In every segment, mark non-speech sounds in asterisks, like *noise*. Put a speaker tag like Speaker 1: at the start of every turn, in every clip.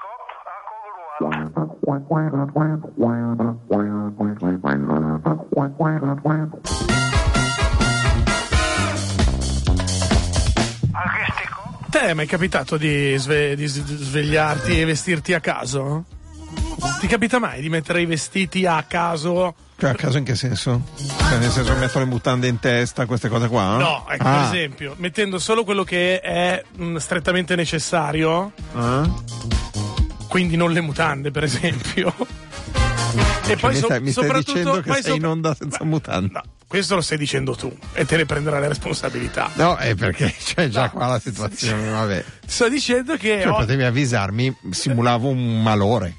Speaker 1: disco a cover one. Artistico?
Speaker 2: Te mi è capitato di, sve- di s- svegliarti e vestirti a caso? Ti capita mai di mettere i vestiti a caso?
Speaker 3: Cioè, a caso in che senso? Cioè, nel senso metto le mutande in testa, queste cose qua?
Speaker 2: No, ecco,
Speaker 3: Ah.
Speaker 2: per esempio, mettendo solo quello che è mh, strettamente necessario,
Speaker 3: Ah?
Speaker 2: quindi non le mutande, per
Speaker 3: *laughs*
Speaker 2: esempio. E
Speaker 3: Cioè, mi
Speaker 2: so-
Speaker 3: stai, mi stai
Speaker 2: soprattutto-
Speaker 3: dicendo che
Speaker 2: poi
Speaker 3: sei in
Speaker 2: sopra-
Speaker 3: onda senza mutande?
Speaker 2: *laughs* No, questo lo stai dicendo tu e te ne prenderai la responsabilità.
Speaker 3: No, è perché *laughs* c'è già qua la situazione, vabbè.
Speaker 2: Sto dicendo che
Speaker 3: Cioè,
Speaker 2: ho-
Speaker 3: potevi avvisarmi, simulavo un malore.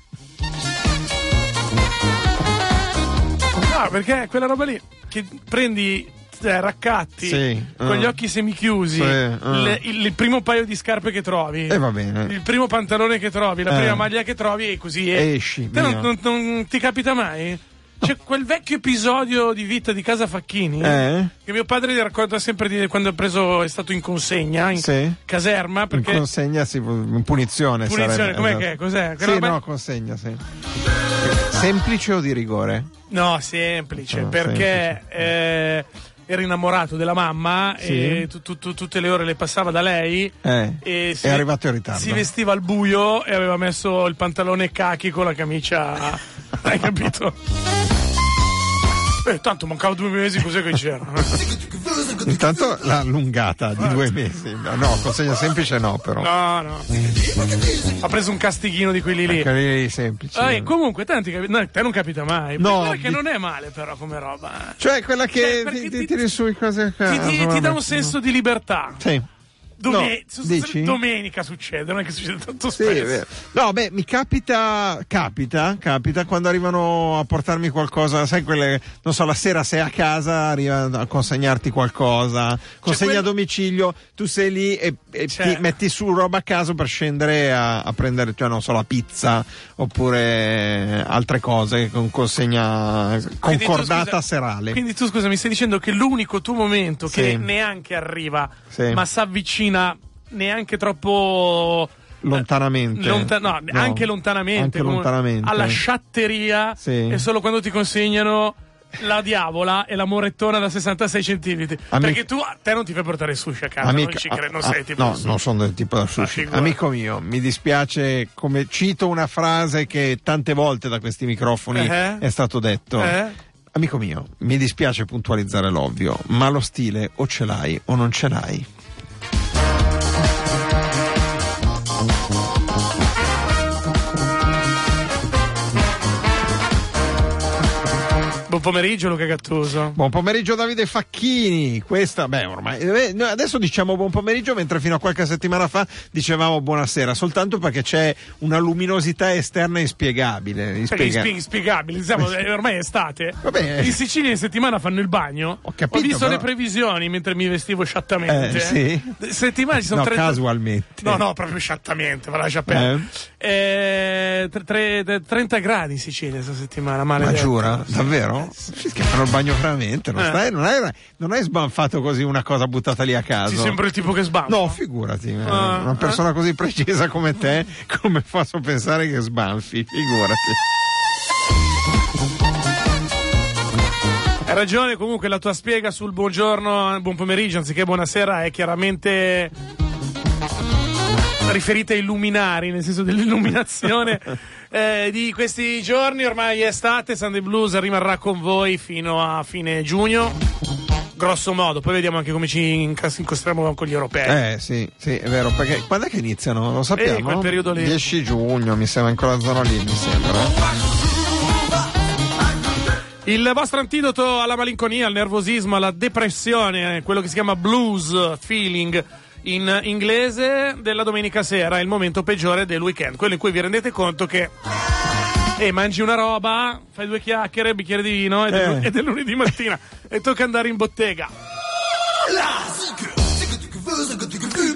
Speaker 2: No, perché è quella roba lì che prendi eh, raccatti
Speaker 3: Sì,
Speaker 2: con
Speaker 3: eh.
Speaker 2: gli occhi semichiusi,
Speaker 3: Sì, eh.
Speaker 2: le- il, il primo paio di scarpe che trovi.
Speaker 3: E va bene.
Speaker 2: Il primo pantalone che trovi, la
Speaker 3: Eh.
Speaker 2: prima maglia che trovi e così è.
Speaker 3: Esci,
Speaker 2: Te non,
Speaker 3: via.
Speaker 2: non- non ti capita mai? C'è quel vecchio episodio di vita di casa Facchini
Speaker 3: Eh?
Speaker 2: che mio padre gli racconta sempre di quando ha preso, è stato in consegna, in
Speaker 3: Sì.
Speaker 2: caserma,
Speaker 3: In
Speaker 2: perché
Speaker 3: consegna, sì, in punizione.
Speaker 2: Punizione,
Speaker 3: sarebbe, esatto.
Speaker 2: com'è che è? Cos'è?
Speaker 3: Sì,
Speaker 2: Quella roba-
Speaker 3: no, consegna, sì. Semplice o di rigore?
Speaker 2: No, semplice,
Speaker 3: Ah,
Speaker 2: perché eh, era innamorato della mamma
Speaker 3: Sì.
Speaker 2: e tu- tu- tu- tutte le ore le passava da lei.
Speaker 3: Eh,
Speaker 2: e si-
Speaker 3: è arrivato in ritardo.
Speaker 2: Si vestiva al buio e aveva messo il pantalone cachi con la
Speaker 3: *laughs*
Speaker 2: camicia. Hai capito? Beh, tanto mancava due mesi, cos'è che
Speaker 3: *laughs*
Speaker 2: c'era?
Speaker 3: Intanto l'ha allungata di due mesi. No, consegna semplice no, però.
Speaker 2: No, no. Ha preso un castighino di quelli lì.
Speaker 3: Carrieri semplici.
Speaker 2: Ah, e comunque, tanti capi- no, te non capita mai.
Speaker 3: No,
Speaker 2: Guarda che
Speaker 3: di-
Speaker 2: non è male, però, come roba.
Speaker 3: Cioè, quella che
Speaker 2: Cioè, perché
Speaker 3: ti,
Speaker 2: ti-
Speaker 3: ti tiri su i cose a
Speaker 2: Ti,
Speaker 3: caso,
Speaker 2: ti- ti
Speaker 3: vabbè.
Speaker 2: dà un senso di libertà.
Speaker 3: Sì.
Speaker 2: Dome-
Speaker 3: No,
Speaker 2: su-
Speaker 3: dici?
Speaker 2: Domenica succede, non è che succede tanto
Speaker 3: Sì,
Speaker 2: spesso.
Speaker 3: è vero. no, beh, mi capita, capita, capita quando arrivano a portarmi qualcosa, sai quelle, non so, la sera sei a casa, arriva a consegnarti qualcosa, consegna
Speaker 2: quello-
Speaker 3: a domicilio, tu sei lì e, e
Speaker 2: Cioè-
Speaker 3: ti metti su roba a caso per scendere a, a prendere, cioè, non so, la pizza oppure altre cose con consegna
Speaker 2: Quindi tu,
Speaker 3: concordata
Speaker 2: scusa-
Speaker 3: serale.
Speaker 2: Quindi tu scusa, mi stai dicendo che l'unico tuo momento
Speaker 3: Sì.
Speaker 2: che neanche arriva,
Speaker 3: Sì.
Speaker 2: ma si avvicina neanche troppo eh,
Speaker 3: Lontanamente.
Speaker 2: Lonta- no,
Speaker 3: No,
Speaker 2: anche lontanamente,
Speaker 3: anche
Speaker 2: come-
Speaker 3: lontanamente.
Speaker 2: alla sciatteria
Speaker 3: Sì.
Speaker 2: è solo quando ti consegnano la diavola e la morettona da 66 centimetri.
Speaker 3: Amico-
Speaker 2: Perché tu a te non ti fai portare il sushi a casa, non
Speaker 3: Amico-
Speaker 2: ci credo, non
Speaker 3: ah,
Speaker 2: sei
Speaker 3: ah,
Speaker 2: tipo
Speaker 3: no,
Speaker 2: il sushi.
Speaker 3: non sono del tipo da sushi.
Speaker 2: figurati.
Speaker 3: Amico mio, mi dispiace come cito una frase che tante volte da questi microfoni
Speaker 2: Eh?
Speaker 3: è stato detto.
Speaker 2: Eh?
Speaker 3: Amico mio, mi dispiace puntualizzare l'ovvio, ma lo stile o ce l'hai o non ce l'hai.
Speaker 2: Buon pomeriggio Luca Gattuso.
Speaker 3: Buon pomeriggio Davide Facchini, questa beh ormai eh, noi adesso diciamo buon pomeriggio mentre fino a qualche settimana fa dicevamo buonasera, soltanto perché c'è una luminosità esterna inspiegabile.
Speaker 2: Perché
Speaker 3: inspiega-
Speaker 2: è inspi- inspiegabile, diciamo, eh, ormai è estate.
Speaker 3: Vabbè.
Speaker 2: In Sicilia in settimana fanno il bagno.
Speaker 3: Ho capito,
Speaker 2: visto
Speaker 3: però-
Speaker 2: le previsioni mentre mi vestivo sciattamente.
Speaker 3: Eh, sì.
Speaker 2: D- Settimana ci sono
Speaker 3: No,
Speaker 2: tre.
Speaker 3: casualmente.
Speaker 2: No, no, proprio sciattamente, va lascia perdere. Eh, tre- tre- tre- 30 gradi in Sicilia questa settimana,
Speaker 3: Ma
Speaker 2: maledetta.
Speaker 3: giura?
Speaker 2: Sì.
Speaker 3: Davvero? Si schiaffano il bagno veramente. Non,
Speaker 2: Eh.
Speaker 3: stai- non hai, non hai sbanfato così una cosa buttata lì a caso.
Speaker 2: Sei sempre il tipo che sbamba.
Speaker 3: No, figurati, eh,
Speaker 2: Ah,
Speaker 3: una persona così precisa come te, come posso pensare che sbanfi? Figurati.
Speaker 2: Hai ragione, comunque la tua spiega sul buongiorno, buon pomeriggio, anziché buonasera, è chiaramente riferita ai luminari, nel senso dell'illuminazione eh, di questi giorni. Ormai è estate, Sunday Blues rimarrà con voi fino a fine giugno, grosso modo. Poi vediamo anche come ci incas- incostriamo con gli europei.
Speaker 3: Eh sì, sì, è vero, perché quando è che iniziano? Lo sappiamo.
Speaker 2: Eh, quel periodo lì.
Speaker 3: 10 giugno, mi sembra ancora zona lì, mi sembra.
Speaker 2: Il vostro antidoto alla malinconia, al nervosismo, alla depressione, eh, quello che si chiama blues feeling in inglese della domenica sera, il momento peggiore del weekend, quello in cui vi rendete conto che eh, mangi una roba, fai due chiacchiere, bicchiere di vino ed è,
Speaker 3: Eh.
Speaker 2: ed è lunedì mattina e tocca andare in bottega.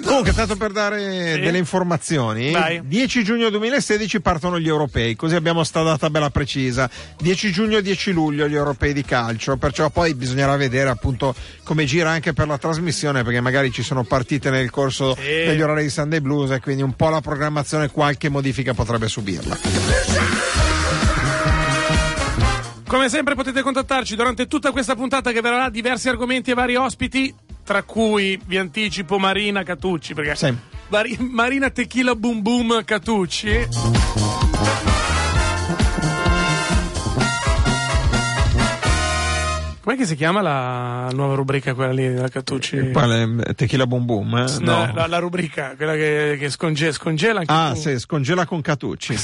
Speaker 3: Comunque, tanto per dare
Speaker 2: Sì.
Speaker 3: delle informazioni,
Speaker 2: Vai.
Speaker 3: 10 giugno 2016 partono gli europei, così abbiamo sta data bella precisa. 10 giugno 10 luglio gli europei di calcio, perciò poi bisognerà vedere appunto come gira anche per la trasmissione, perché magari ci sono partite nel corso
Speaker 2: Sì.
Speaker 3: degli orari di Sunday Blues e quindi un po' la programmazione qualche modifica potrebbe subirla.
Speaker 2: Come sempre potete contattarci durante tutta questa puntata che verrà diversi argomenti e vari ospiti, tra cui vi anticipo Marina Catucci, perché
Speaker 3: Sì.
Speaker 2: Mari- Marina Tequila Boom Boom Catucci. Com'è che si chiama la nuova rubrica quella lì della
Speaker 3: Eh,
Speaker 2: Catucci?
Speaker 3: Quale, tequila boom boom? eh?
Speaker 2: No, La, la rubrica, quella che, che sconge- scongela anche
Speaker 3: Ah,
Speaker 2: tu.
Speaker 3: sì, scongela con Catucci.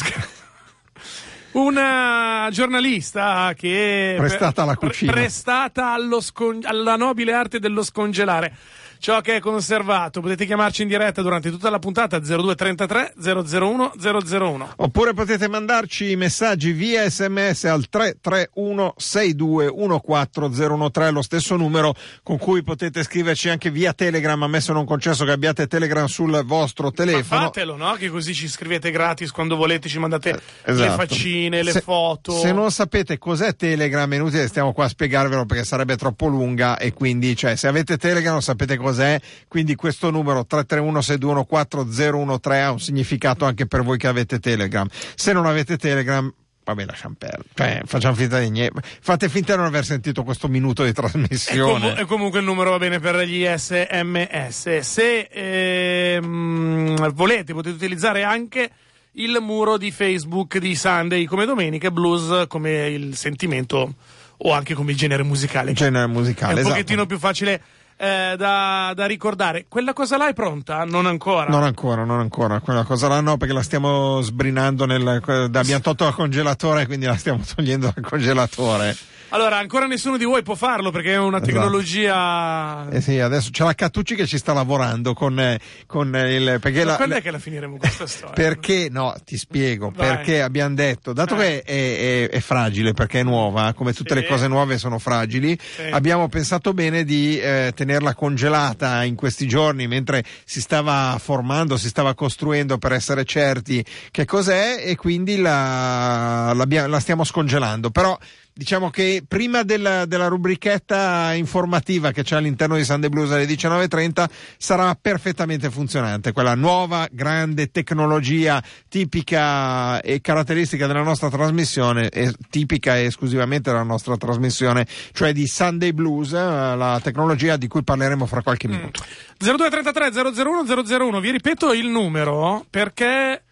Speaker 2: Una giornalista che
Speaker 3: Prestata alla
Speaker 2: pre-
Speaker 3: cucina.
Speaker 2: prestata allo scon- alla nobile arte dello scongelare. Ciò che è conservato. Potete chiamarci in diretta durante tutta la puntata 0233 001 001.
Speaker 3: Oppure potete mandarci i messaggi via sms al 331-6214013, lo stesso numero con cui potete scriverci anche via Telegram, ammesso non concesso che abbiate Telegram sul vostro
Speaker 2: Ma
Speaker 3: telefono.
Speaker 2: fatelo, no? Che così ci scrivete gratis quando volete, ci mandate le
Speaker 3: Esatto.
Speaker 2: faccine, le
Speaker 3: Se-
Speaker 2: foto.
Speaker 3: Se non sapete cos'è Telegram, è inutile che stiamo qua a spiegarvelo perché sarebbe troppo lunga. E quindi, cioè, se avete Telegram, sapete cos'è. Quindi, questo numero 331-621-4013 ha un significato anche per voi che avete Telegram. Se non avete Telegram. Vabbè, lasciamo perdere. Cioè, facciamo finta di niente. Fate finta di non aver sentito questo minuto di
Speaker 2: E, comu-
Speaker 3: trasmissione.
Speaker 2: e comunque il numero va bene per gli SMS. Se ehm, volete potete utilizzare anche il muro di Facebook di Sunday come domenica, blues come il sentimento o anche come il genere musicale.
Speaker 3: Il genere
Speaker 2: È un
Speaker 3: musicale. esatto.
Speaker 2: pochettino più facile eh, da, da ricordare. Quella cosa là è pronta? Non ancora.
Speaker 3: Non ancora, non ancora. Quella cosa là no, perché la stiamo sbrinando nel. Abbiamo tolto dal congelatore, quindi la stiamo togliendo dal congelatore.
Speaker 2: Allora, ancora nessuno di voi può farlo perché è una
Speaker 3: Esatto.
Speaker 2: tecnologia...
Speaker 3: Eh sì, adesso c'è la Cattucci che ci sta lavorando con, eh, con eh, il. Perché
Speaker 2: Ma
Speaker 3: la,
Speaker 2: quando è che la finiremo
Speaker 3: *laughs*
Speaker 2: questa storia?
Speaker 3: perché no, ti spiego
Speaker 2: eh. Vai.
Speaker 3: perché abbiamo detto, dato
Speaker 2: Eh.
Speaker 3: che è, è- è fragile perché è nuova, come tutte
Speaker 2: Sì.
Speaker 3: le cose nuove sono fragili,
Speaker 2: Sì.
Speaker 3: abbiamo pensato bene di eh, tenerla congelata in questi giorni mentre si stava formando, si stava costruendo per essere certi che cos'è e quindi la, l'abbia- la stiamo scongelando. Però diciamo che prima della, della rubrichetta informativa che c'è all'interno di Sunday Blues alle 19.30 sarà perfettamente funzionante quella nuova grande tecnologia tipica e caratteristica della nostra trasmissione e tipica e esclusivamente della nostra trasmissione cioè di Sunday Blues eh, la tecnologia di cui parleremo fra
Speaker 2: Mm.
Speaker 3: qualche minuto
Speaker 2: 0233 001 001 vi ripeto il numero perché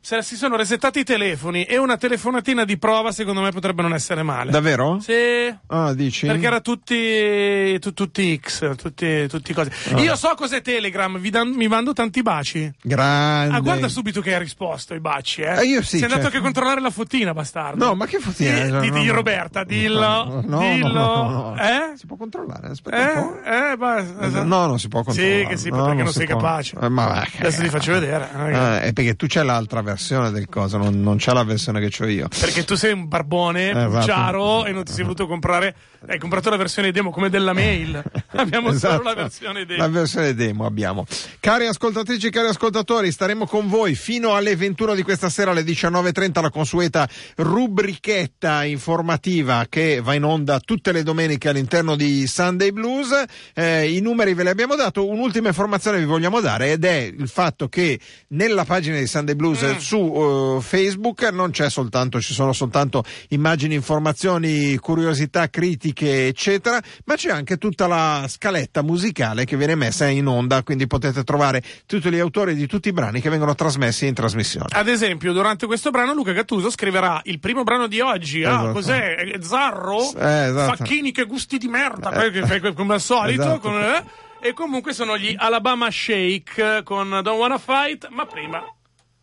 Speaker 2: se si sono resettati i telefoni e una telefonatina di prova secondo me potrebbe non essere male
Speaker 3: davvero?
Speaker 2: Sì,
Speaker 3: ah dici?
Speaker 2: perché era tutti tu- tutti X tutti, tutti cose
Speaker 3: Ah.
Speaker 2: io so cos'è Telegram vi dan- mi mando tanti baci
Speaker 3: grande
Speaker 2: ah guarda subito che hai risposto ai baci eh
Speaker 3: Eh, io sì,
Speaker 2: sei andato
Speaker 3: certo.
Speaker 2: anche a controllare la fottina bastardo
Speaker 3: no ma che fotina
Speaker 2: Di-
Speaker 3: No,
Speaker 2: di-
Speaker 3: no,
Speaker 2: di
Speaker 3: no.
Speaker 2: Roberta, dillo,
Speaker 3: No, no, no,
Speaker 2: dillo.
Speaker 3: no, no, no.
Speaker 2: Eh?
Speaker 3: si può controllare aspetta un po'
Speaker 2: eh, eh, basta.
Speaker 3: Eh, No, non si può controllare.
Speaker 2: Sì, che si può,
Speaker 3: No,
Speaker 2: perché
Speaker 3: non
Speaker 2: non,
Speaker 3: si
Speaker 2: sei
Speaker 3: può.
Speaker 2: capace.
Speaker 3: Eh, ma va,
Speaker 2: Adesso ti faccio vedere. eh,
Speaker 3: Eh, è perché tu c'è l'altra versione del coso, non, non c'è la versione che ho io.
Speaker 2: Perché tu sei un barbone,
Speaker 3: Esatto.
Speaker 2: un ciaro e non ti sei voluto comprare. Hai comprato la versione demo come della
Speaker 3: *laughs*
Speaker 2: mail. *laughs* Abbiamo
Speaker 3: Esatto.
Speaker 2: solo la versione demo.
Speaker 3: La versione demo abbiamo. Cari ascoltatrici, cari ascoltatori, staremo con voi fino alle 21 di questa sera, alle 19.30, la consueta rubrichetta informativa che va in onda tutte le domeniche all'interno di Sunday Blues. Eh, I numeri ve li abbiamo dato. Un'ultima informazione vi vogliamo dare ed è il fatto che nella pagina di Sunday Blues
Speaker 2: Mm.
Speaker 3: eh, su eh, Facebook non c'è soltanto, ci sono soltanto immagini, informazioni, curiosità, critiche, eccetera, ma c'è anche tutta la scaletta musicale che viene messa in onda, quindi potete trovare tutti gli autori di tutti i brani che vengono trasmessi in trasmissione.
Speaker 2: Ad esempio, durante questo brano Luca Gattuso scriverà il primo brano di oggi. Ah,
Speaker 3: Esatto.
Speaker 2: cos'è? Eh, Zarro?
Speaker 3: Eh, esatto.
Speaker 2: Facchini che gusti di merda,
Speaker 3: Eh.
Speaker 2: que- que- que- come al solito.
Speaker 3: Esatto.
Speaker 2: con- eh. E comunque sono gli Alabama Shake eh, con Don't Wanna Fight, ma prima...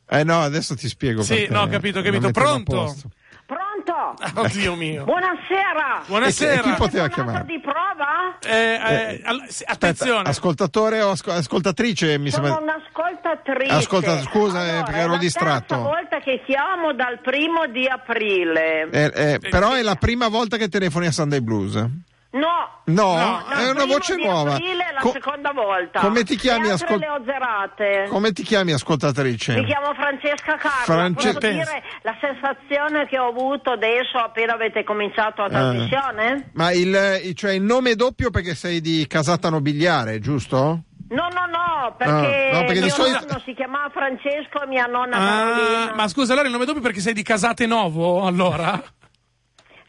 Speaker 3: Eh no, adesso ti spiego
Speaker 2: Sì,
Speaker 3: perché
Speaker 2: no, ho capito, ho
Speaker 3: la
Speaker 2: capito.
Speaker 3: mettiamo a
Speaker 2: Pronto?
Speaker 3: posto.
Speaker 4: Pronto?
Speaker 3: Ecco.
Speaker 2: Oddio mio.
Speaker 3: E
Speaker 4: Buonasera!
Speaker 3: chi- e
Speaker 2: Buonasera.
Speaker 3: chi può- poteva
Speaker 4: Telefonata
Speaker 3: chiamare?
Speaker 4: di prova?
Speaker 2: Eh, eh, all- sì,
Speaker 3: Aspetta,
Speaker 2: attenzione.
Speaker 3: ascoltatore o asco- ascoltatrice mi
Speaker 4: Sono
Speaker 3: sembra
Speaker 4: un'ascoltatrice.
Speaker 3: Ascolta, scusa, eh,
Speaker 4: allora,
Speaker 3: perché ero distratto.
Speaker 4: È la terza volta che chiamo dal primo di aprile.
Speaker 3: Eh, eh, però è la prima volta che telefoni a Sunday Blues.
Speaker 4: No,
Speaker 3: No,
Speaker 2: No,
Speaker 3: è
Speaker 4: Dal
Speaker 3: una
Speaker 4: primo
Speaker 3: voce
Speaker 4: di
Speaker 3: nuova.
Speaker 4: aprile è la
Speaker 3: Co-
Speaker 4: seconda volta.
Speaker 3: come ti chiami,
Speaker 4: Le altre
Speaker 3: ascol-
Speaker 4: le ho zerate.
Speaker 3: Come ti chiami, ascoltatrice?
Speaker 4: Mi chiamo Francesca Carlo.
Speaker 3: France-
Speaker 4: Posso dire la sensazione che ho avuto adesso appena avete cominciato la
Speaker 3: Eh.
Speaker 4: trasmissione?
Speaker 3: Ma il, cioè il nome è doppio perché sei di casata nobiliare, giusto?
Speaker 4: No, no, no, perché,
Speaker 3: Ah, no, perché di
Speaker 4: mio
Speaker 3: solito-
Speaker 4: nonno si chiamava Francesco e mia nonna
Speaker 2: Ah,
Speaker 4: Carolina.
Speaker 2: ma scusa, allora il nome doppio perché sei di Casate Novo, allora?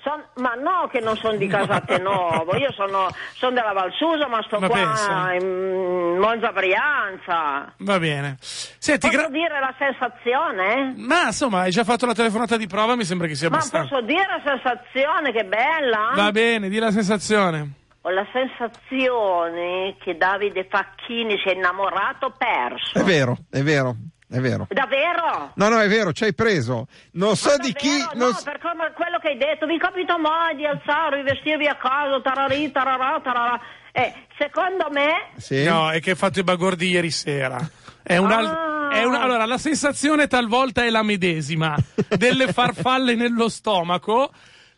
Speaker 4: Son- ma no che non sono di Casate
Speaker 2: *laughs*
Speaker 4: Novo, io sono, son della Valsusa ma sto
Speaker 2: Ma
Speaker 4: qua
Speaker 2: pensa.
Speaker 4: in Monza Brianza.
Speaker 2: Va bene. Senti,
Speaker 4: Posso
Speaker 2: gra-
Speaker 4: dire la sensazione?
Speaker 2: ma insomma, hai già fatto la telefonata di prova, mi sembra che sia
Speaker 4: Ma
Speaker 2: abbastanza.
Speaker 4: posso dire la sensazione che bella?
Speaker 2: Va bene, di la sensazione.
Speaker 4: Ho la sensazione che Davide Facchini si è innamorato perso.
Speaker 3: È vero, è vero, è vero.
Speaker 4: Davvero?
Speaker 3: No, no, è vero, ci hai preso. Non so
Speaker 4: Ma
Speaker 3: di chi.
Speaker 4: davvero?
Speaker 3: non
Speaker 4: No,
Speaker 3: s-
Speaker 4: per come- quello che hai detto, mi capito mai di alzare, vestirmi a caso, tararì, tararà, tararà. Eh, secondo me
Speaker 3: Sì?
Speaker 2: No, è che hai fatto i bagordi ieri sera. È un al-
Speaker 4: Ah.
Speaker 2: è un- allora, la sensazione talvolta è la
Speaker 3: *laughs*
Speaker 2: medesima, delle farfalle nello stomaco.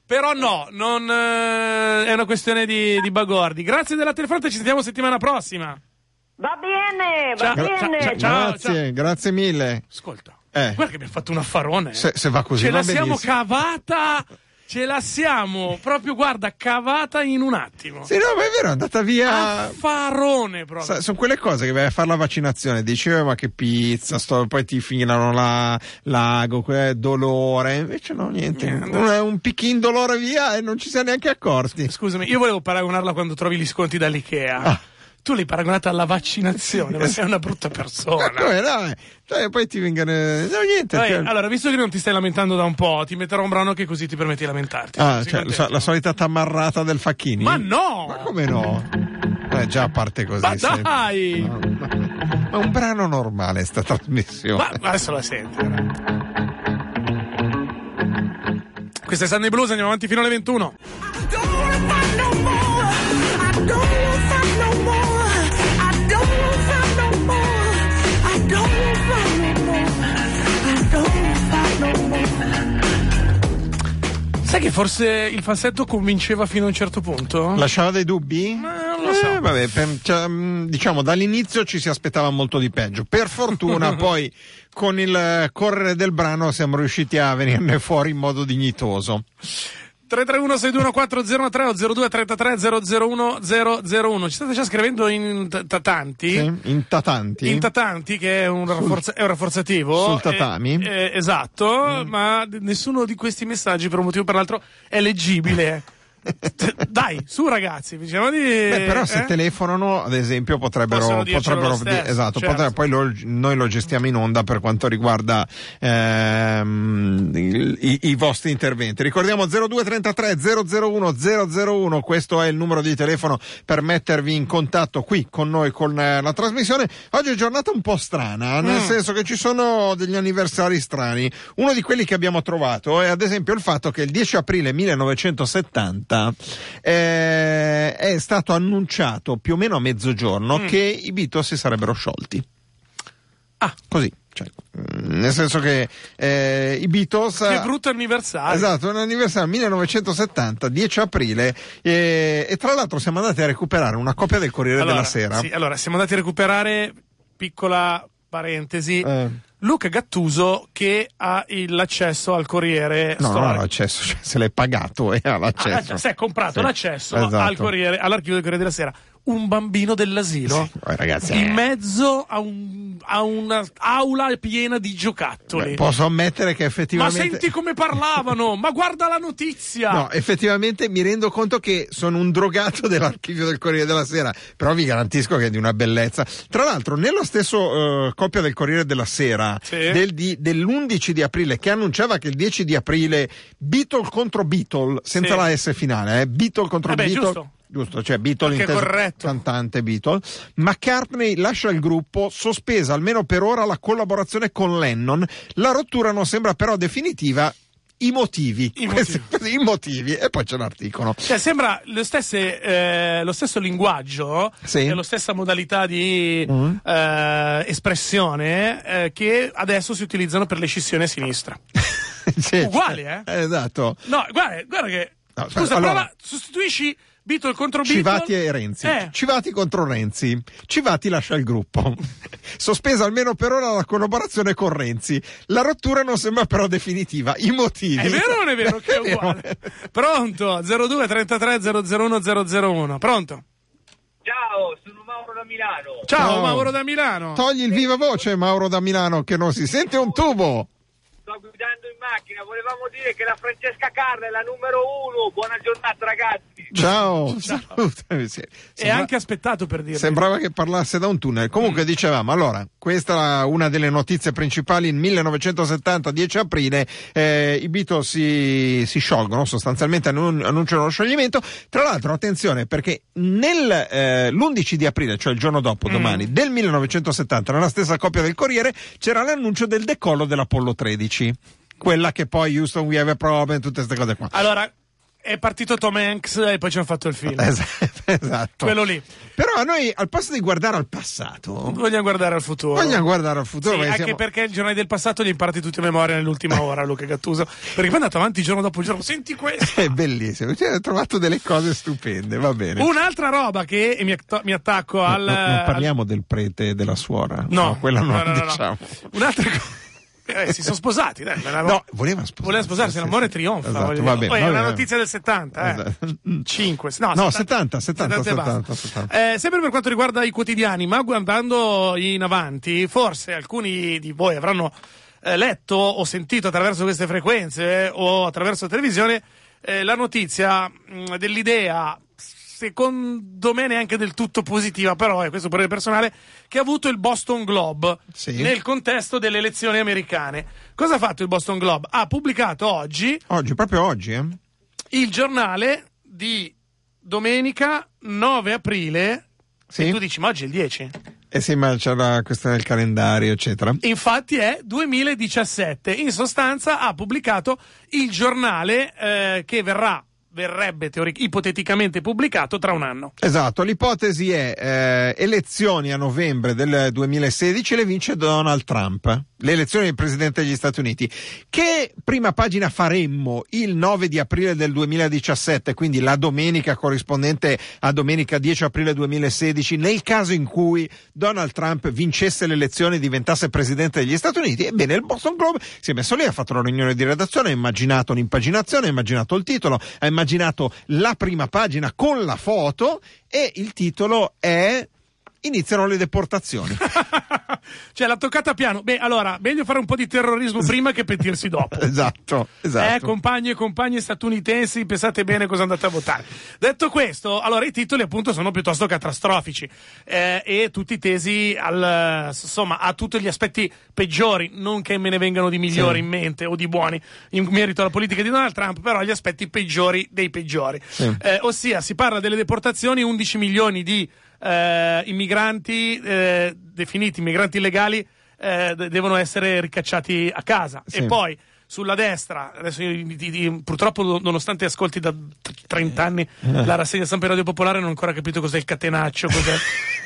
Speaker 2: Però no, non, eh, è una questione di, di bagordi. Grazie della telefonata, ci sentiamo settimana prossima.
Speaker 4: va bene,
Speaker 2: Ciao,
Speaker 4: va
Speaker 2: ciao,
Speaker 4: bene.
Speaker 2: ciao, ciao.
Speaker 3: grazie, grazie mille.
Speaker 2: Ascolta,
Speaker 3: Eh.
Speaker 2: guarda che abbiamo fatto un affarone. eh.
Speaker 3: Se, se va così,
Speaker 2: ce
Speaker 3: va
Speaker 2: la siamo
Speaker 3: benissimo.
Speaker 2: cavata, ce la siamo proprio, guarda, cavata in un attimo.
Speaker 3: Sì, no, ma è vero, è andata
Speaker 2: Ah,
Speaker 3: via.
Speaker 2: Affarone proprio.
Speaker 3: Sa- sono quelle cose che vai a fare la vaccinazione, dici, "Eh, ma che pizza, sto- poi ti filano la, l'ago, que- eh, dolore. Invece no, niente.
Speaker 2: Niente.
Speaker 3: Un, un picchino dolore via e non ci siamo neanche accorti.
Speaker 2: Scusami, io volevo paragonarla quando trovi gli sconti dall'IKEA.
Speaker 3: Ah.
Speaker 2: Tu l'hai paragonata alla vaccinazione, ma sei una brutta
Speaker 3: Ma
Speaker 2: persona.
Speaker 3: come no? eh? Dai, poi ti vengono. No, niente. cioè,
Speaker 2: Dai,
Speaker 3: ti-
Speaker 2: allora, visto che non ti stai lamentando da un po', ti metterò un brano che così ti permette di lamentarti.
Speaker 3: Ah,
Speaker 2: Sei
Speaker 3: cioè,
Speaker 2: contento?
Speaker 3: la, la solita tamarrata del Facchini.
Speaker 2: Ma no!
Speaker 3: Ma come no? Eh, già a parte così.
Speaker 2: Ma
Speaker 3: sì.
Speaker 2: dai!
Speaker 3: Ma, ma- ma un brano normale sta
Speaker 2: Ma,
Speaker 3: trasmissione.
Speaker 2: ma adesso la senti. guarda. Questa è Sunday Blues, andiamo avanti fino alle 21.
Speaker 5: I don't wanna fight no more. I don't wanna fight no more. I don't wanna fight no more. I don't wanna fight no more. I don't wanna fight no more.
Speaker 2: Sai che forse il falsetto convinceva fino a un certo punto?
Speaker 3: Lasciava dei dubbi?
Speaker 2: Ma non lo so.
Speaker 3: Eh, vabbè, per- cioè, mh, diciamo dall'inizio ci si aspettava molto di peggio. Per
Speaker 2: *laughs*
Speaker 3: fortuna, poi con il eh, correre del brano siamo riusciti a venirne fuori in modo dignitoso.
Speaker 2: 331 621 o 02 33 001 001 Ci state già scrivendo in t- t- tanti.
Speaker 3: Sì? In tatanti.
Speaker 2: In tatanti, che è un, rafforza- è un rafforzativo.
Speaker 3: sul tatami.
Speaker 2: Eh, eh, esatto, ma d- nessuno di questi messaggi, per un motivo o per l'altro, è *laughs* leggibile. T- Dai, su ragazzi, diciamo di...
Speaker 3: Beh, però se
Speaker 2: eh?
Speaker 3: telefonano, ad esempio, potrebbero,
Speaker 2: Possono dircelo
Speaker 3: potrebbero
Speaker 2: lo stesso,
Speaker 3: di- esatto,
Speaker 2: certo.
Speaker 3: potre- poi lo- noi lo gestiamo in onda per quanto riguarda ehm, il- i, i vostri interventi. Ricordiamo 0233 001 001, questo è il numero di telefono per mettervi in contatto qui con noi con eh, la trasmissione. Oggi è giornata un po' strana,
Speaker 2: Mm.
Speaker 3: nel senso che ci sono degli anniversari strani. Uno di quelli che abbiamo trovato è ad esempio il fatto che il 10 aprile 1970 eh, è stato annunciato più o meno a
Speaker 2: Mm.
Speaker 3: mezzogiorno che i Beatles si sarebbero sciolti.
Speaker 2: Ah.
Speaker 3: Così, cioè, mm, nel senso che eh, i Beatles...
Speaker 2: Che brutto anniversario.
Speaker 3: Esatto, un anniversario 1970, 10 aprile, eh, e tra l'altro siamo andati a recuperare una copia del Corriere
Speaker 2: Allora,
Speaker 3: della Sera.
Speaker 2: sì, allora, siamo andati a recuperare, piccola parentesi,
Speaker 3: Eh.
Speaker 2: Luca Gattuso che ha il- l'accesso al Corriere
Speaker 3: No, non ha
Speaker 2: storico.
Speaker 3: l'accesso, cioè, se l'è pagato e ha
Speaker 2: Ah,
Speaker 3: l'accesso.
Speaker 2: l'accesso. si è comprato
Speaker 3: Sì,
Speaker 2: l'accesso
Speaker 3: esatto.
Speaker 2: al Corriere, all'archivio del Corriere della Sera. Un bambino dell'asilo
Speaker 3: Sì, eh, ragazzi, eh.
Speaker 2: in mezzo a, un- a un'aula piena di
Speaker 3: Beh,
Speaker 2: giocattoli.
Speaker 3: posso ammettere che
Speaker 2: ma
Speaker 3: effettivamente...
Speaker 2: senti come parlavano! ma guarda la notizia!
Speaker 3: No, effettivamente mi rendo conto che sono un drogato dell'archivio del Corriere della Sera, però vi garantisco che è di una bellezza. Tra l'altro, nello stesso eh, copia del Corriere della Sera
Speaker 2: Sì.
Speaker 3: del di- dell'11 di aprile, che annunciava che il 10 di aprile Beatle contro Beatle, senza
Speaker 2: Sì.
Speaker 3: la S finale, eh, Beatle contro
Speaker 2: Eh beh,
Speaker 3: Beatle.
Speaker 2: giusto.
Speaker 3: Giusto, cioè Beatle
Speaker 2: Perché è
Speaker 3: inteso-
Speaker 2: corretto.
Speaker 3: cantante Beatle. McCartney lascia il gruppo, sospesa almeno per ora la collaborazione con Lennon. La rottura non sembra però definitiva. I motivi.
Speaker 2: I
Speaker 3: Questi- *laughs* i motivi. E poi c'è l'articolo.
Speaker 2: Cioè, sembra le stesse, eh, lo stesso linguaggio
Speaker 3: Sì.
Speaker 2: e la stessa modalità di
Speaker 3: Mm.
Speaker 2: eh, espressione eh, che adesso si utilizzano per le scissioni a sinistra.
Speaker 3: *laughs* Sì,
Speaker 2: Uguali, eh?
Speaker 3: cioè, Esatto.
Speaker 2: No, guarda, guarda che.
Speaker 3: No, aspetta,
Speaker 2: scusa,
Speaker 3: allora-
Speaker 2: prova, sostituisci Beatle contro Beatle.
Speaker 3: Civati e Renzi.
Speaker 2: Eh.
Speaker 3: Civati contro Renzi. Civati lascia il gruppo. *laughs* Sospesa almeno per ora la collaborazione con Renzi. La rottura non sembra però definitiva. I motivi.
Speaker 2: È vero o non è
Speaker 3: *laughs*
Speaker 2: vero? Che è uguale. Pronto? 02 33 001 001. Pronto?
Speaker 6: Ciao, sono Mauro da Milano.
Speaker 2: Ciao,
Speaker 3: Ciao.
Speaker 2: Mauro da Milano.
Speaker 3: Togli il viva voce, Mauro da Milano, che non si sente un tubo.
Speaker 6: Sto guidando in macchina. Volevamo dire che la Francesca Carla è la numero uno. Buona giornata, ragazzi.
Speaker 2: *laughs*
Speaker 3: Ciao, salutami. Sì.
Speaker 2: è
Speaker 3: Sembra-
Speaker 2: anche Mm. aspettato per dirlo.
Speaker 3: Sembrava che parlasse da un tunnel. Comunque dicevamo, allora, questa era una delle notizie principali. In 1970, 10 aprile, eh, i Beatles si, si sciolgono, sostanzialmente annun- annunciano lo scioglimento. Tra l'altro, attenzione, perché nell'11 di aprile, cioè il giorno
Speaker 2: Mm.
Speaker 3: dopo, domani, del 1970, nella stessa copia del Corriere, c'era l'annuncio del decollo dell'Apollo 13. Quella che poi Houston We Have a Problem, tutte queste cose qua.
Speaker 2: Allora, è partito Tom Hanks e poi ci hanno fatto il film.
Speaker 3: *laughs* Es- Esatto.
Speaker 2: Ah, Quello lì.
Speaker 3: Però a noi, al posto di guardare al passato,
Speaker 2: Vogliamo guardare al futuro.
Speaker 3: Vogliamo guardare al
Speaker 2: Sì,
Speaker 3: futuro.
Speaker 2: anche
Speaker 3: perché siamo-
Speaker 2: perché il giornale del passato li imparati tutti a memoria nell'ultima ora, *laughs* Luca Gattuso. Perché poi è andato avanti giorno dopo giorno. Senti
Speaker 3: *laughs*
Speaker 2: questo.
Speaker 3: È bellissimo. Ci hai trovato delle cose stupende, va bene.
Speaker 2: Un'altra roba che e mi, atta- mi attacco al.
Speaker 3: No, non parliamo del prete e della suora.
Speaker 2: No,
Speaker 3: quella non
Speaker 2: no, no, no, no.
Speaker 3: diciamo.
Speaker 2: Un'altra cosa. Eh, si sono sposati, dai. era una-
Speaker 3: No, voleva sposarsi.
Speaker 2: Voleva sposarsi,
Speaker 3: Sì,
Speaker 2: l'amore
Speaker 3: sì.
Speaker 2: trionfa.
Speaker 3: Esatto,
Speaker 2: voglio
Speaker 3: va
Speaker 2: dire.
Speaker 3: bene,
Speaker 2: Poi
Speaker 3: va
Speaker 2: è una
Speaker 3: bene.
Speaker 2: notizia del 70, eh.
Speaker 3: Esatto.
Speaker 2: 5,
Speaker 3: No, 70, 70,
Speaker 2: e basta.
Speaker 3: 70, 70.
Speaker 2: Eh, sempre per quanto riguarda i quotidiani, ma guardando in avanti, forse alcuni di voi avranno eh, letto o sentito attraverso queste frequenze eh, o attraverso la televisione eh, la notizia mh, dell'idea secondo me neanche del tutto positiva, però è questo parere personale, che ha avuto il Boston Globe
Speaker 3: Sì.
Speaker 2: nel contesto delle elezioni americane. Cosa ha fatto il Boston Globe? Ha pubblicato oggi
Speaker 3: Oggi, proprio oggi, eh?
Speaker 2: il giornale di domenica 9 aprile.
Speaker 3: Sì.
Speaker 2: E tu dici, ma oggi è il 10.
Speaker 3: Eh sì, ma c'è la questione del calendario, eccetera.
Speaker 2: Infatti è 2017. In sostanza ha pubblicato il giornale eh, che verrà, verrebbe teoric- ipoteticamente pubblicato tra un anno. *laughs*
Speaker 3: Esatto, l'ipotesi è eh, elezioni a novembre del 2016 le vince Donald Trump, le elezioni del Presidente degli Stati Uniti. Che prima pagina faremmo il 9 di aprile del 2017, quindi la domenica corrispondente a domenica 10 aprile 2016, nel caso in cui Donald Trump vincesse le elezioni e diventasse Presidente degli Stati Uniti? Ebbene, il Boston Globe si è messo lì, ha fatto una riunione di redazione, ha immaginato un'impaginazione, ha immaginato il titolo, ha immaginato la prima pagina con la foto e il titolo è Iniziano le deportazioni.
Speaker 2: cioè l'ha toccata piano. Beh, allora, meglio fare un po' di terrorismo prima che pentirsi dopo.
Speaker 3: *laughs* esatto, esatto.
Speaker 2: Eh, compagni e compagne statunitensi, pensate bene cosa andate a votare. Detto questo, allora i titoli appunto sono piuttosto catastrofici eh, e tutti tesi al, insomma, a tutti gli aspetti peggiori, non che me ne vengano di migliori
Speaker 3: Sì.
Speaker 2: in mente o di buoni in merito alla politica di Donald Trump, però gli aspetti peggiori dei peggiori.
Speaker 3: Sì.
Speaker 2: Eh, ossia, si parla delle deportazioni, 11 milioni di eh, immigranti eh, definiti immigranti illegali eh, de- devono essere ricacciati a casa.
Speaker 3: Sì.
Speaker 2: E poi sulla destra, adesso io di- di- di- purtroppo nonostante ascolti da t- 30 anni
Speaker 3: Eh.
Speaker 2: la rassegna stampa di Radio Popolare non ho ancora capito cos'è il catenaccio,
Speaker 3: *laughs*
Speaker 2: cos'è.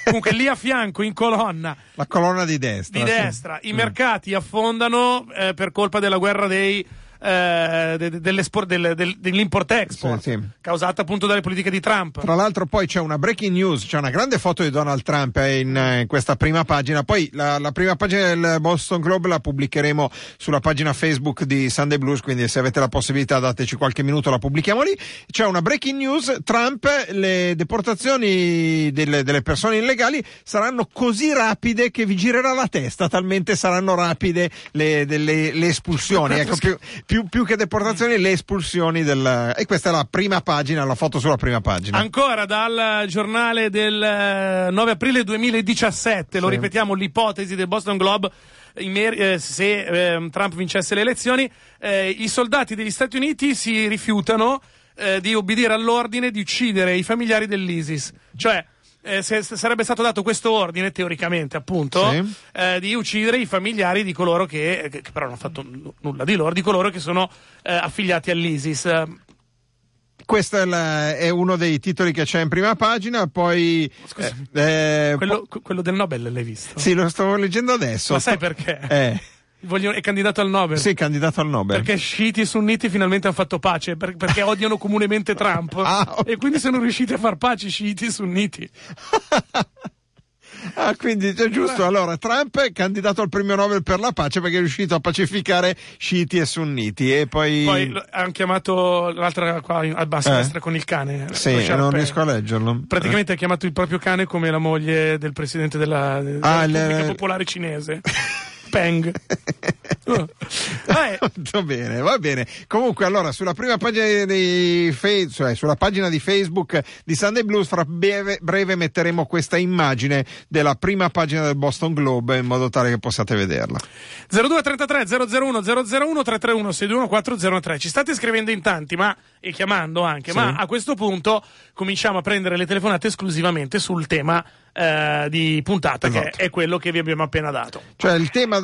Speaker 2: Comunque lì a fianco, in colonna,
Speaker 3: La colonna di destra.
Speaker 2: di
Speaker 3: Ah, sì. Mm.
Speaker 2: destra. I mercati affondano eh, per colpa della guerra dei. eh, de- de- dell'espor- del- del- dell'import-export
Speaker 3: Sì, sì.
Speaker 2: causata appunto dalle politiche di Trump.
Speaker 3: Tra l'altro poi c'è una breaking news, c'è una grande foto di Donald Trump eh, in, eh, in questa prima pagina, poi la, la prima pagina del Boston Globe la pubblicheremo sulla pagina Facebook di Sunday Blues, quindi se avete la possibilità dateci qualche minuto, la pubblichiamo lì. C'è una breaking news, Trump, le deportazioni delle, delle persone illegali saranno così rapide che vi girerà la testa, talmente saranno rapide le, delle- le espulsioni, ecco, più, più- più che deportazioni le espulsioni del... E questa è la prima pagina, la foto sulla prima pagina.
Speaker 2: Ancora dal giornale del eh, 9 aprile 2017, lo
Speaker 3: Sì.
Speaker 2: ripetiamo, l'ipotesi del Boston Globe. in mer- eh, se ehm, Trump vincesse le elezioni, eh, i soldati degli Stati Uniti si rifiutano eh, di obbedire all'ordine di uccidere i familiari dell'ISIS. Cioè, eh, se, se sarebbe stato dato questo ordine, teoricamente, appunto,
Speaker 3: Sì.
Speaker 2: eh, di uccidere i familiari di coloro che, eh, che- che però non hanno fatto n- nulla di loro, di coloro che sono eh, affiliati all'ISIS.
Speaker 3: Eh, Questo è, la- è uno dei titoli che c'è in prima pagina, poi...
Speaker 2: Scusami,
Speaker 3: eh, eh,
Speaker 2: Quello, quello del Nobel l'hai visto?
Speaker 3: po- sì, lo stavo leggendo adesso.
Speaker 2: Ma sai perché?
Speaker 3: Cioè, Eh,
Speaker 2: vogliono- è candidato al Nobel.
Speaker 3: Sì, candidato al Nobel.
Speaker 2: Perché sciiti e sunniti finalmente hanno fatto pace, per- perché
Speaker 3: *laughs*
Speaker 2: odiano comunemente Trump.
Speaker 3: Ah, ok.
Speaker 2: E quindi sono riusciti a far pace sciiti e sunniti.
Speaker 3: *laughs* Ah, quindi è giusto. Allora, Trump è candidato al premio Nobel per la pace perché è riuscito a pacificare sciiti e sunniti. E poi.
Speaker 2: Poi l- hanno chiamato l'altra qua in- a bassa
Speaker 3: Eh.
Speaker 2: destra con il cane. lo
Speaker 3: sì,
Speaker 2: Sharpei.
Speaker 3: non riesco a leggerlo. *laughs*
Speaker 2: Praticamente ha chiamato il proprio cane come la moglie del presidente della, della
Speaker 3: Ah, il-
Speaker 2: Repubblica Popolare
Speaker 3: *laughs*
Speaker 2: Cinese. Peng. Oh. Ah, eh.
Speaker 3: *laughs* Va bene, va bene. Comunque, allora, sulla prima pagina di Fe- cioè, sulla pagina di Facebook di Sunday Blues, fra breve, breve metteremo questa immagine della prima pagina del Boston Globe in modo tale che possiate vederla.
Speaker 2: 0233 001 001 331 621 403 ci state scrivendo in tanti ma, e chiamando anche
Speaker 3: Sì.
Speaker 2: ma a questo punto cominciamo a prendere le telefonate esclusivamente sul tema eh, di puntata
Speaker 3: Esatto.
Speaker 2: che è quello che vi abbiamo appena dato
Speaker 3: Cioè, il tema.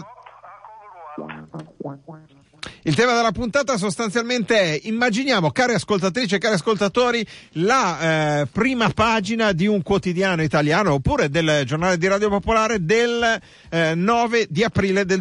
Speaker 3: Il tema della puntata sostanzialmente è, immaginiamo, cari ascoltatrici e cari ascoltatori, la eh, prima pagina di un quotidiano italiano oppure del giornale di Radio Popolare del eh, 9 di aprile del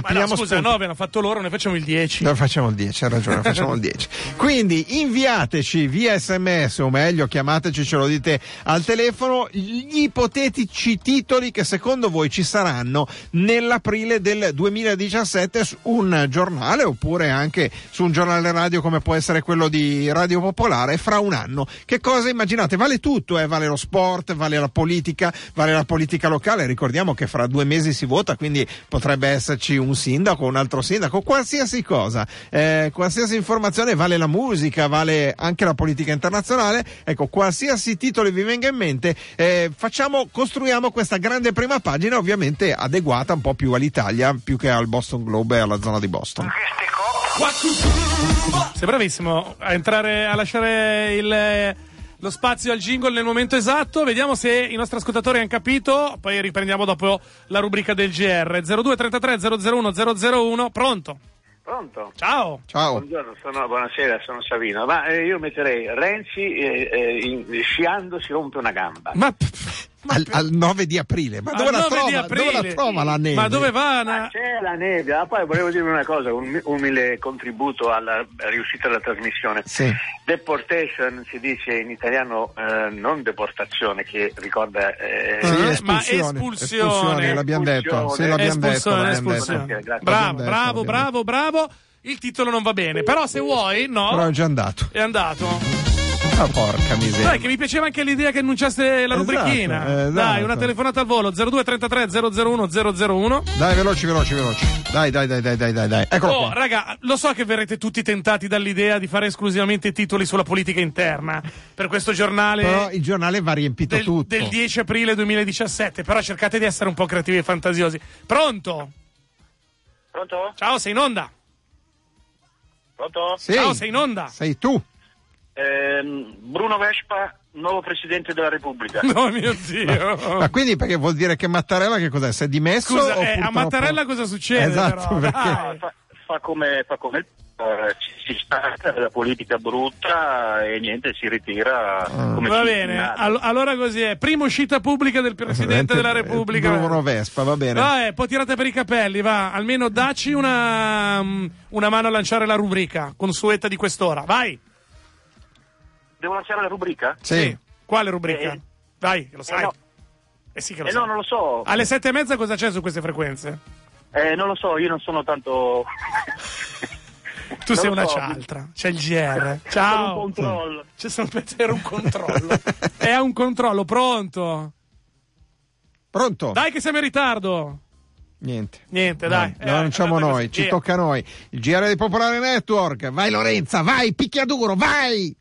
Speaker 2: ma no,
Speaker 3: Prendiamo
Speaker 2: scusa
Speaker 3: spunto-
Speaker 2: 9 hanno fatto loro ne facciamo il 10
Speaker 3: No, facciamo il 10, hai ragione, facciamo il 10. Quindi inviateci via sms, o meglio, chiamateci, ce lo dite al telefono, gli ipotetici titoli che secondo voi ci saranno nell'aprile del 2017 su un giornale oppure anche su un giornale radio come può essere quello di Radio Popolare fra un anno. Che cosa immaginate? Vale tutto, eh? vale lo sport, vale la politica, vale la politica locale. Ricordiamo che fra due mesi si vota, quindi potrebbe esserci un sindaco, un altro sindaco, qualsiasi cosa. Eh, qualsiasi informazione vale la musica, vale anche la politica internazionale. Ecco, qualsiasi titolo vi venga in mente, eh, facciamo, costruiamo questa grande prima pagina, ovviamente adeguata un po' più all'Italia, più che al Boston Globe e alla zona di Boston.
Speaker 2: sei bravissimo a entrare a lasciare il lo spazio al jingle nel momento esatto, vediamo se i nostri ascoltatori hanno capito, poi riprendiamo dopo la rubrica del GR 0233 001 001, pronto?
Speaker 6: Pronto?
Speaker 2: Ciao!
Speaker 3: Ciao.
Speaker 6: Buongiorno, sono- buonasera, sono Savino. Ma eh, io metterei Renzi eh, eh, in- sciando si rompe una gamba.
Speaker 2: Ma,
Speaker 3: Al, al 9 di aprile, ma dove
Speaker 2: al
Speaker 3: la,
Speaker 2: 9 di
Speaker 3: trova, dove la
Speaker 2: aprile?
Speaker 3: trova la neve?
Speaker 2: ma dove
Speaker 6: Ma
Speaker 2: va? Na-
Speaker 6: c'è la nebbia, Ah, poi volevo dire una cosa, un umile contributo alla riuscita della trasmissione.
Speaker 3: Sì.
Speaker 6: Deportation si dice in italiano eh, non deportazione, che ricorda... eh,
Speaker 3: Sì,
Speaker 2: Ma
Speaker 3: espulsione,
Speaker 2: espulsione.
Speaker 3: espulsione, l'abbiamo detto, sì, l'abbiamo detto,
Speaker 2: Espulsione,
Speaker 3: l'abbiamo detto.
Speaker 2: espulsione.
Speaker 6: Grazie, grazie.
Speaker 2: Bravo,
Speaker 3: L'abbiamo detto,
Speaker 2: bravo, bravo,
Speaker 3: l'abbiamo
Speaker 2: bravo. Il titolo non va bene, però se vuoi, no,
Speaker 3: Però è già andato.
Speaker 2: è andato.
Speaker 3: Ah, porca miseria.
Speaker 2: Dai, che mi piaceva anche l'idea che annunciaste la
Speaker 3: Esatto,
Speaker 2: rubrichina.
Speaker 3: esatto.
Speaker 2: Dai, una telefonata al volo 0233 001 001.
Speaker 3: Dai, veloci, veloci, veloci. Dai, dai, dai, dai, dai, dai, dai. Eccolo
Speaker 2: Oh,
Speaker 3: qua.
Speaker 2: raga, lo so che verrete tutti tentati dall'idea di fare esclusivamente titoli sulla politica interna per questo giornale.
Speaker 3: Però il giornale va riempito
Speaker 2: eh, del,
Speaker 3: tutto.
Speaker 2: del 10 aprile 2017. Però cercate di essere un po' creativi e fantasiosi. Pronto?
Speaker 6: Pronto?
Speaker 2: Ciao, sei in onda. *laughs*
Speaker 6: Pronto? Ehm,
Speaker 3: Sì.
Speaker 2: Ciao, sei in onda.
Speaker 3: Sei tu.
Speaker 6: Bruno Vespa, nuovo Presidente della Repubblica.
Speaker 2: No, mio Dio.
Speaker 3: Ma quindi perché vuol dire che Mattarella che cos'è? Si è dimesso?
Speaker 2: Oh. Scusa,
Speaker 3: o
Speaker 2: eh, a
Speaker 3: purtroppo-
Speaker 2: Mattarella cosa succede?
Speaker 3: Esatto,
Speaker 2: però?
Speaker 3: perché-
Speaker 2: Dai.
Speaker 6: Ah, fa, fa come fa come eh, ci si sta la politica brutta e niente si ritira
Speaker 3: Ah.
Speaker 6: come
Speaker 2: Va
Speaker 6: si-
Speaker 2: bene,
Speaker 6: nada.
Speaker 2: all- allora così è. Prima uscita pubblica del Presidente della Repubblica.
Speaker 3: eh, Bruno Vespa, va bene.
Speaker 2: Dai, Ah, eh, un po' tirata per i capelli, va. Almeno dacci una, mm, una mano a lanciare la rubrica consueta di quest'ora. Vai.
Speaker 6: Devo lanciare la rubrica?
Speaker 3: Sì.
Speaker 2: Quale rubrica?
Speaker 6: Eh,
Speaker 2: Dai, lo sai.
Speaker 6: no.
Speaker 2: Eh sì che lo
Speaker 6: Eh
Speaker 2: sai.
Speaker 6: no, non lo so.
Speaker 2: Alle sette e mezza cosa c'è su queste frequenze?
Speaker 6: Eh, non lo so, io non sono tanto...
Speaker 2: Tu sei
Speaker 6: lo
Speaker 2: una
Speaker 6: so.
Speaker 2: cialtra, c'è il GR.
Speaker 6: Sono un po'
Speaker 2: Ciao.
Speaker 6: un troll.
Speaker 2: C'è solo per te, era un
Speaker 3: *laughs*
Speaker 2: controllo. È un controllo, pronto.
Speaker 3: Pronto?
Speaker 2: Dai che siamo in ritardo.
Speaker 3: Niente.
Speaker 2: Niente, dai.
Speaker 3: No, lo lanciamo
Speaker 2: andate
Speaker 3: noi,
Speaker 2: così,
Speaker 3: ci
Speaker 2: via.
Speaker 3: tocca a noi. Il GR di Popolare Network. Vai Lorenza, vai, picchia duro, vai!